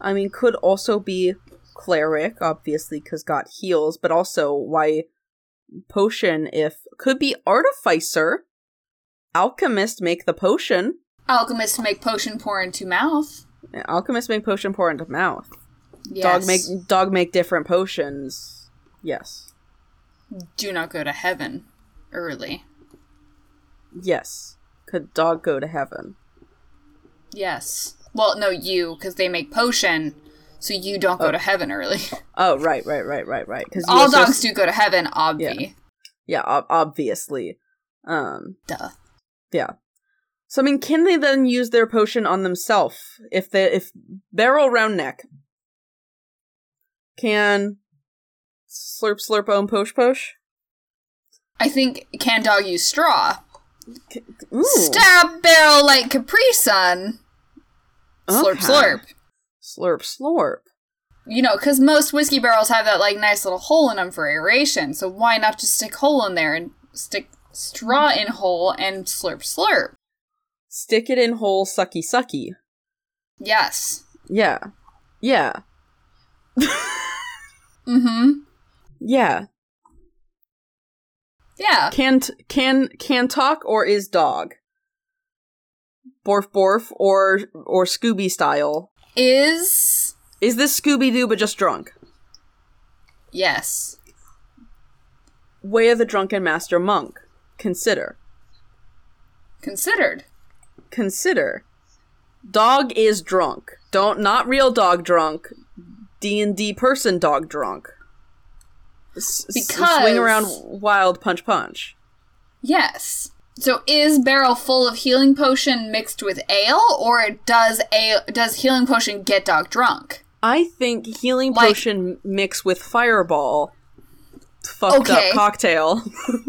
Speaker 2: I mean, could also be cleric, obviously, because got heals, but also why potion if could be artificer, alchemist make the potion,
Speaker 1: Alchemists make potion pour into mouth.
Speaker 2: alchemist make potion pour into mouth. Dog
Speaker 1: Yes.
Speaker 2: make dog make different potions. Yes.
Speaker 1: do not go to heaven early.
Speaker 2: Yes. Could dog go to heaven?
Speaker 1: Yes. Well, no, you, because they make potion, so you don't go to heaven
Speaker 2: <laughs>
Speaker 1: early.
Speaker 2: Oh, right, right, right, right, right. Because
Speaker 1: All dogs do go to heaven, obvi.
Speaker 2: Yeah, ob- obviously. Um,
Speaker 1: Duh.
Speaker 2: yeah. So I mean, can they then use their potion on themselves if they if barrel round neck? Can slurp slurp own posh posh?
Speaker 1: I think can dog use straw?
Speaker 2: Ooh,
Speaker 1: Stab barrel like Capri Sun. Slurp
Speaker 2: Okay.
Speaker 1: slurp.
Speaker 2: slurp slurp.
Speaker 1: You know, because most whiskey barrels have that like nice little hole in them for aeration. So why not just stick hole in there and stick straw in hole and slurp slurp?
Speaker 2: Stick it in hole, sucky sucky.
Speaker 1: Yes.
Speaker 2: Yeah, yeah,
Speaker 1: Mm-hmm.
Speaker 2: yeah.
Speaker 1: Yeah.
Speaker 2: can t- can can talk or is dog borf borf or or scooby style
Speaker 1: Is
Speaker 2: is this scooby doo but just drunk
Speaker 1: yes.
Speaker 2: way of the drunken master monk consider
Speaker 1: Considered.
Speaker 2: consider dog is drunk don't not real dog drunk d&d person dog drunk S- s- swing
Speaker 1: Because-
Speaker 2: around wild punch punch
Speaker 1: Yes. So is barrel full of healing potion mixed with ale, or does ale does healing potion get dog drunk?
Speaker 2: I think healing
Speaker 1: Like-
Speaker 2: potion mixed with fireball fucked
Speaker 1: Okay.
Speaker 2: up cocktail.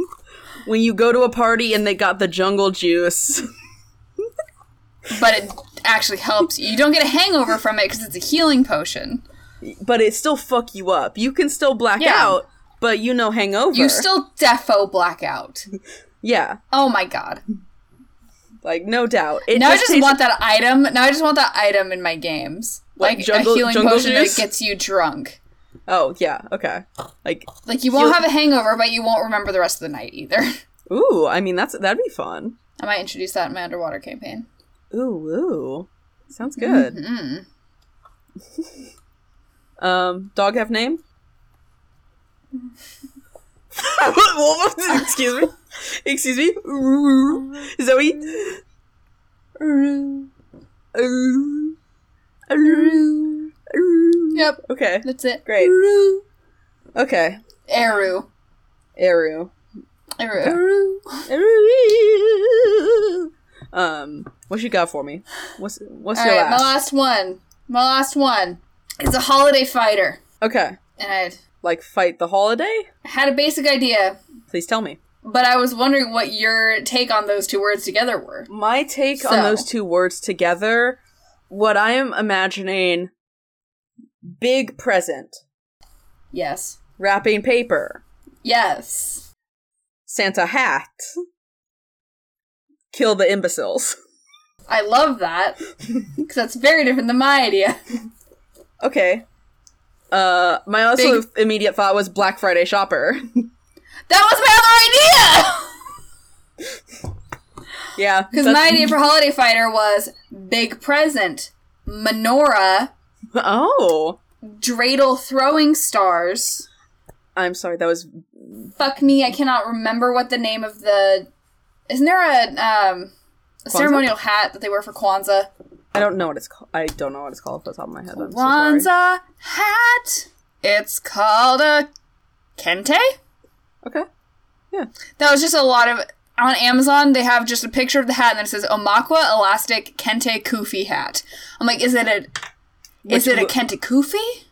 Speaker 2: <laughs> when you go to a party and they got the jungle juice. <laughs>
Speaker 1: But it actually helps you. You don't get a hangover from it because it's a healing potion.
Speaker 2: but it still fuck you up. You can still black
Speaker 1: Yeah.
Speaker 2: out, but you know hangover.
Speaker 1: You still defo blackout.
Speaker 2: yeah,
Speaker 1: Oh my god.
Speaker 2: like no doubt. It
Speaker 1: Now I just
Speaker 2: tastes-
Speaker 1: want that item. Now I just want that item in my games.
Speaker 2: What,
Speaker 1: Like
Speaker 2: jungle-
Speaker 1: a healing
Speaker 2: jungle
Speaker 1: potion
Speaker 2: juice?
Speaker 1: that gets you drunk.
Speaker 2: Oh yeah, okay. Like
Speaker 1: Like you won't
Speaker 2: Heal-
Speaker 1: have a hangover, but you won't remember the rest of the night either. <laughs>
Speaker 2: ooh, I mean that's that'd be fun.
Speaker 1: I might introduce that in my underwater campaign.
Speaker 2: Ooh ooh, sounds
Speaker 1: Mm-hmm.
Speaker 2: good. um, dog
Speaker 1: <laughs>
Speaker 2: have name? What- what was- Excuse me. Excuse me. Zoe.
Speaker 1: Yep,
Speaker 2: Okay.
Speaker 1: that's it.
Speaker 2: Great. Okay.
Speaker 1: Eru.
Speaker 2: Eru.
Speaker 1: Eru.
Speaker 2: Eru. Eru. Um, what you got for me? What's what's
Speaker 1: All
Speaker 2: your
Speaker 1: right, my last
Speaker 2: last?
Speaker 1: one. My last one is a holiday fighter,
Speaker 2: Okay.
Speaker 1: and I'd-
Speaker 2: Like fight the holiday?
Speaker 1: I had a basic idea,
Speaker 2: Please tell me.
Speaker 1: but I was wondering what your take on those two words together were.
Speaker 2: My take
Speaker 1: So.
Speaker 2: on those two words together, what I am imagining big present,
Speaker 1: Yes.
Speaker 2: wrapping paper,
Speaker 1: Yes.
Speaker 2: Santa hat. Kill the imbeciles. <laughs>
Speaker 1: I love that because that's very different than my idea.
Speaker 2: Okay. Uh, my also immediate thought was Black Friday shopper. <laughs>
Speaker 1: That was my other idea.
Speaker 2: yeah,
Speaker 1: Because
Speaker 2: that's-
Speaker 1: my idea for Holiday Fighter was big present, menorah,
Speaker 2: Oh,
Speaker 1: dreidel throwing stars.
Speaker 2: I'm sorry. That was
Speaker 1: Fuck me, I cannot remember what the name of the. Isn't there a, um, a ceremonial hat that they wear for Kwanzaa?
Speaker 2: I don't know what it's called. I don't know what it's called off the top of my head. I'm so sorry.
Speaker 1: Kwanzaa hat. It's called a kente.
Speaker 2: Okay.
Speaker 1: That was just a lot of on Amazon. They have just a picture of the hat and then it says Omakwa Elastic Kente Kufi Hat. I'm like, is it a is
Speaker 2: Which
Speaker 1: it a
Speaker 2: wo-
Speaker 1: kente kufi?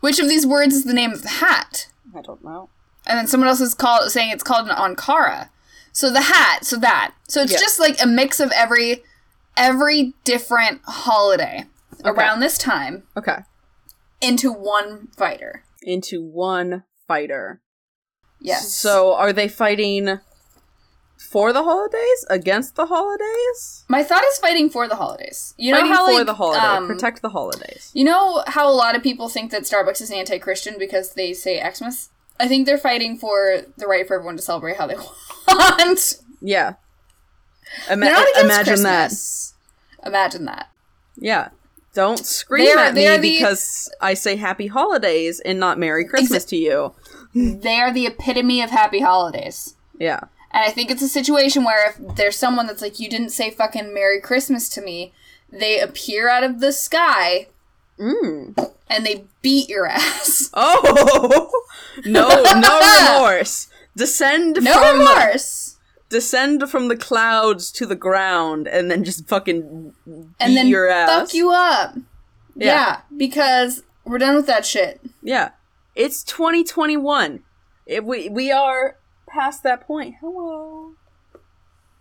Speaker 1: Which of these words is the name of the hat?
Speaker 2: I don't know.
Speaker 1: And then someone else is called saying it's called an ankara. So the hat, so that, so it's
Speaker 2: Yeah.
Speaker 1: just like a mix of every every different holiday around this time
Speaker 2: Okay.
Speaker 1: into one fighter.
Speaker 2: Into one fighter.
Speaker 1: Yes.
Speaker 2: So are they fighting for the holidays? Against the holidays?
Speaker 1: my thought is fighting for the holidays. You know
Speaker 2: fighting
Speaker 1: how
Speaker 2: for
Speaker 1: like,
Speaker 2: the holiday.
Speaker 1: um,
Speaker 2: Protect the holidays.
Speaker 1: You know how a lot of people think that Starbucks is anti-Christian because they say Xmas. I think they're fighting for the right for everyone to celebrate how they <laughs> want.
Speaker 2: Yeah. Ima-
Speaker 1: They're not against
Speaker 2: imagine that.
Speaker 1: Christmas. Imagine that.
Speaker 2: Yeah. Don't scream
Speaker 1: They are-
Speaker 2: at
Speaker 1: they
Speaker 2: me
Speaker 1: are the-
Speaker 2: because I say happy holidays and not Merry Christmas to you.
Speaker 1: They are the epitome of happy holidays.
Speaker 2: Yeah.
Speaker 1: And I think it's a situation where if there's someone that's like, you didn't say fucking Merry Christmas to me, they appear out of the sky
Speaker 2: Mm.
Speaker 1: and they beat your <laughs> ass.
Speaker 2: Oh <laughs>
Speaker 1: <laughs>
Speaker 2: no, no remorse. Descend
Speaker 1: No
Speaker 2: from the-
Speaker 1: remorse.
Speaker 2: descend from the clouds to the ground and then just fucking
Speaker 1: and
Speaker 2: beat
Speaker 1: then
Speaker 2: your ass.
Speaker 1: fuck you up. Yeah.
Speaker 2: Yeah.
Speaker 1: because we're done with that shit.
Speaker 2: Yeah. It's 2021. It, we we are past that point. Hello.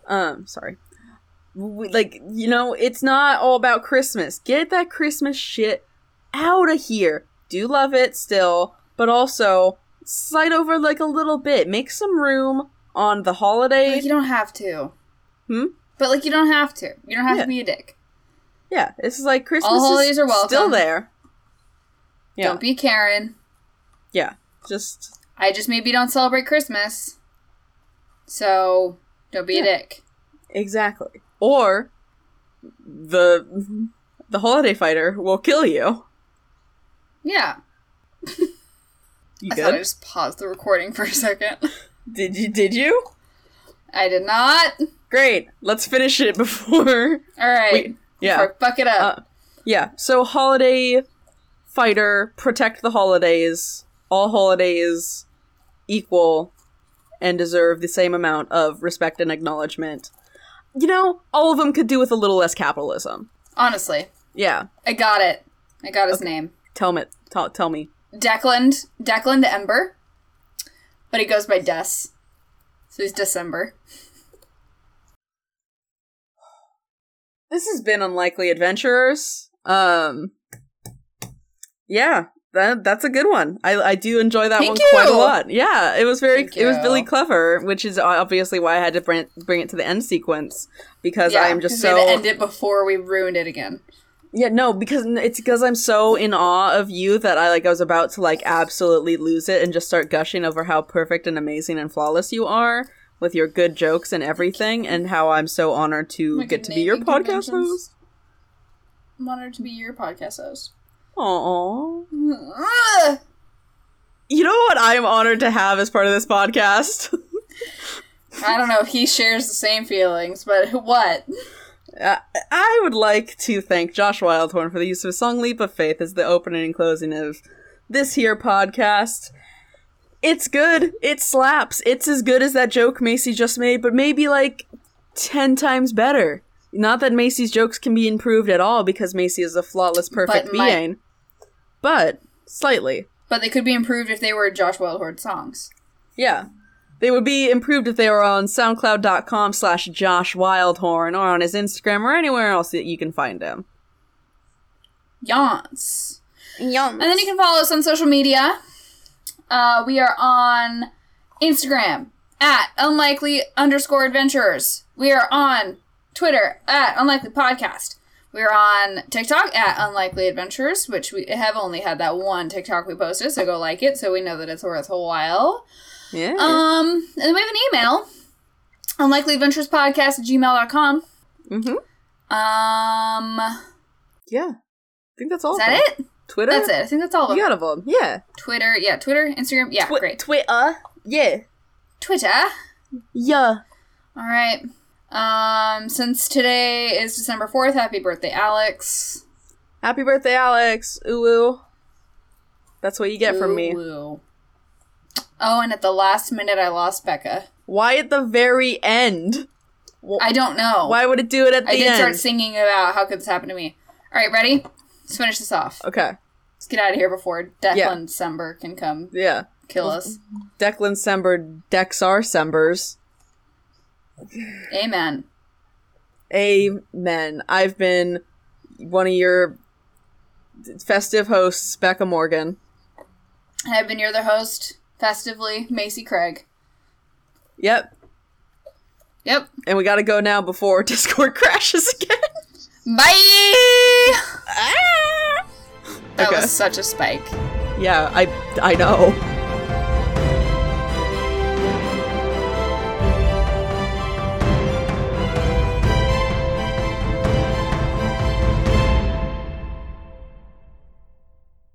Speaker 2: Um, sorry. We, like, you know, it's not all about Christmas. Get that Christmas shit out of here. Do love it still, but also slide over like a little bit. Make some room on the holiday.
Speaker 1: Like, you don't have to.
Speaker 2: Hmm?
Speaker 1: But, like, you don't have to. You don't have
Speaker 2: Yeah.
Speaker 1: to be a dick.
Speaker 2: Yeah, this is like Christmas
Speaker 1: All holidays
Speaker 2: is
Speaker 1: are welcome.
Speaker 2: still there. Yeah.
Speaker 1: Don't be Karen.
Speaker 2: yeah. Just
Speaker 1: I just maybe don't celebrate Christmas. So don't be a dick.
Speaker 2: exactly. Or the the holiday fighter will kill you.
Speaker 1: Yeah.
Speaker 2: You
Speaker 1: I thought I
Speaker 2: good?
Speaker 1: just paused the recording for a second. <laughs>
Speaker 2: Did you did you?
Speaker 1: I did not.
Speaker 2: Great. Let's finish it <laughs> before
Speaker 1: All right.
Speaker 2: we Yeah.
Speaker 1: Or fuck it up.
Speaker 2: Uh, Yeah. So holiday fighter, protect the holidays. All holidays equal and deserve the same amount of respect and acknowledgement. You know, all of them could do with a little less capitalism.
Speaker 1: Honestly,
Speaker 2: Yeah,
Speaker 1: I got it. I got his name.
Speaker 2: tell me, tell, tell me.
Speaker 1: Declan Declan Ember, but he goes by Des. So he's December.
Speaker 2: This has been unlikely adventurers. Um, yeah, that that's a good one. I I do enjoy that
Speaker 1: Thank
Speaker 2: one quite
Speaker 1: you.
Speaker 2: a lot. Yeah, it was very
Speaker 1: Thank
Speaker 2: it was
Speaker 1: you.
Speaker 2: really clever, which is obviously why I had to bring it, bring it to the end sequence because I am just
Speaker 1: we had to
Speaker 2: so
Speaker 1: end it before we ruined it again.
Speaker 2: Yeah, no, because it's because I'm so in awe of you that I like I was about to like absolutely lose it and just start gushing over how perfect and amazing and flawless you are with your good jokes and everything and how I'm so honored to
Speaker 1: My
Speaker 2: get
Speaker 1: good
Speaker 2: to be your
Speaker 1: naming
Speaker 2: podcast
Speaker 1: conventions.
Speaker 2: host.
Speaker 1: I'm honored to be your podcast host.
Speaker 2: Aww.
Speaker 1: Ugh.
Speaker 2: You know what I am honored to have as part of this podcast?
Speaker 1: I don't know if he shares the same feelings, but <laughs> what?
Speaker 2: I- Uh, I would like to thank Josh Wildhorn for the use of his song Leap of Faith as the opening and closing of this here podcast. It's good. It slaps. It's as good as that joke Macy just made, but maybe like 10 times better. Not that Macy's jokes can be improved at all because Macy is a flawless, perfect
Speaker 1: But my-
Speaker 2: being, but slightly.
Speaker 1: But they could be improved if they were Josh Wildhorn songs.
Speaker 2: Yeah. They would be improved if they were on soundcloud.com slash Josh Wildhorn or on his Instagram or anywhere else that you can find him.
Speaker 1: Yawns.
Speaker 2: Yum.
Speaker 1: And then you can follow us on social media. Uh, we are on Instagram at unlikely underscore adventurers. We are on Twitter at unlikely podcast. We are on TikTok at unlikely adventurers, which we have only had that one TikTok we posted, so go like it so we know that it's worth a while.
Speaker 2: Yeah.
Speaker 1: Um, and we have an email unlikelyadventurespodcast at gmail.com.
Speaker 2: mm-hmm.
Speaker 1: Um,
Speaker 2: Yeah. I think that's all.
Speaker 1: is
Speaker 2: of them.
Speaker 1: that it?
Speaker 2: Twitter?
Speaker 1: That's it. I think that's all of
Speaker 2: You
Speaker 1: them.
Speaker 2: got of them. Yeah.
Speaker 1: Twitter, yeah, Twitter, Instagram, yeah,
Speaker 2: Twi-
Speaker 1: great.
Speaker 2: Twitter. Yeah.
Speaker 1: Twitter.
Speaker 2: Yeah.
Speaker 1: All right. Um, since today is December 4th, happy birthday, Alex.
Speaker 2: Happy birthday, Alex. Ooh, ooh. That's what you get from me.
Speaker 1: Woo-woo. Oh, and at the last minute, I lost Becca.
Speaker 2: Why at the very end?
Speaker 1: I don't know.
Speaker 2: Why would it do it at the
Speaker 1: I did
Speaker 2: end?
Speaker 1: start singing about how could this happen to me. All right, ready? Let's finish this off.
Speaker 2: okay.
Speaker 1: Let's get out of here before Declan
Speaker 2: Yeah.
Speaker 1: Sember can come
Speaker 2: Yeah.
Speaker 1: kill us.
Speaker 2: Declan Sember, Dexar Sembers.
Speaker 1: Amen.
Speaker 2: Amen. I've been one of your festive hosts, Becca Morgan.
Speaker 1: And I've been your other host, festively, Macy Craig.
Speaker 2: Yep.
Speaker 1: Yep.
Speaker 2: And we gotta go now before <laughs> Discord crashes again.
Speaker 1: Bye! That
Speaker 2: Ah! Okay.
Speaker 1: was such a spike.
Speaker 2: Yeah, I I know.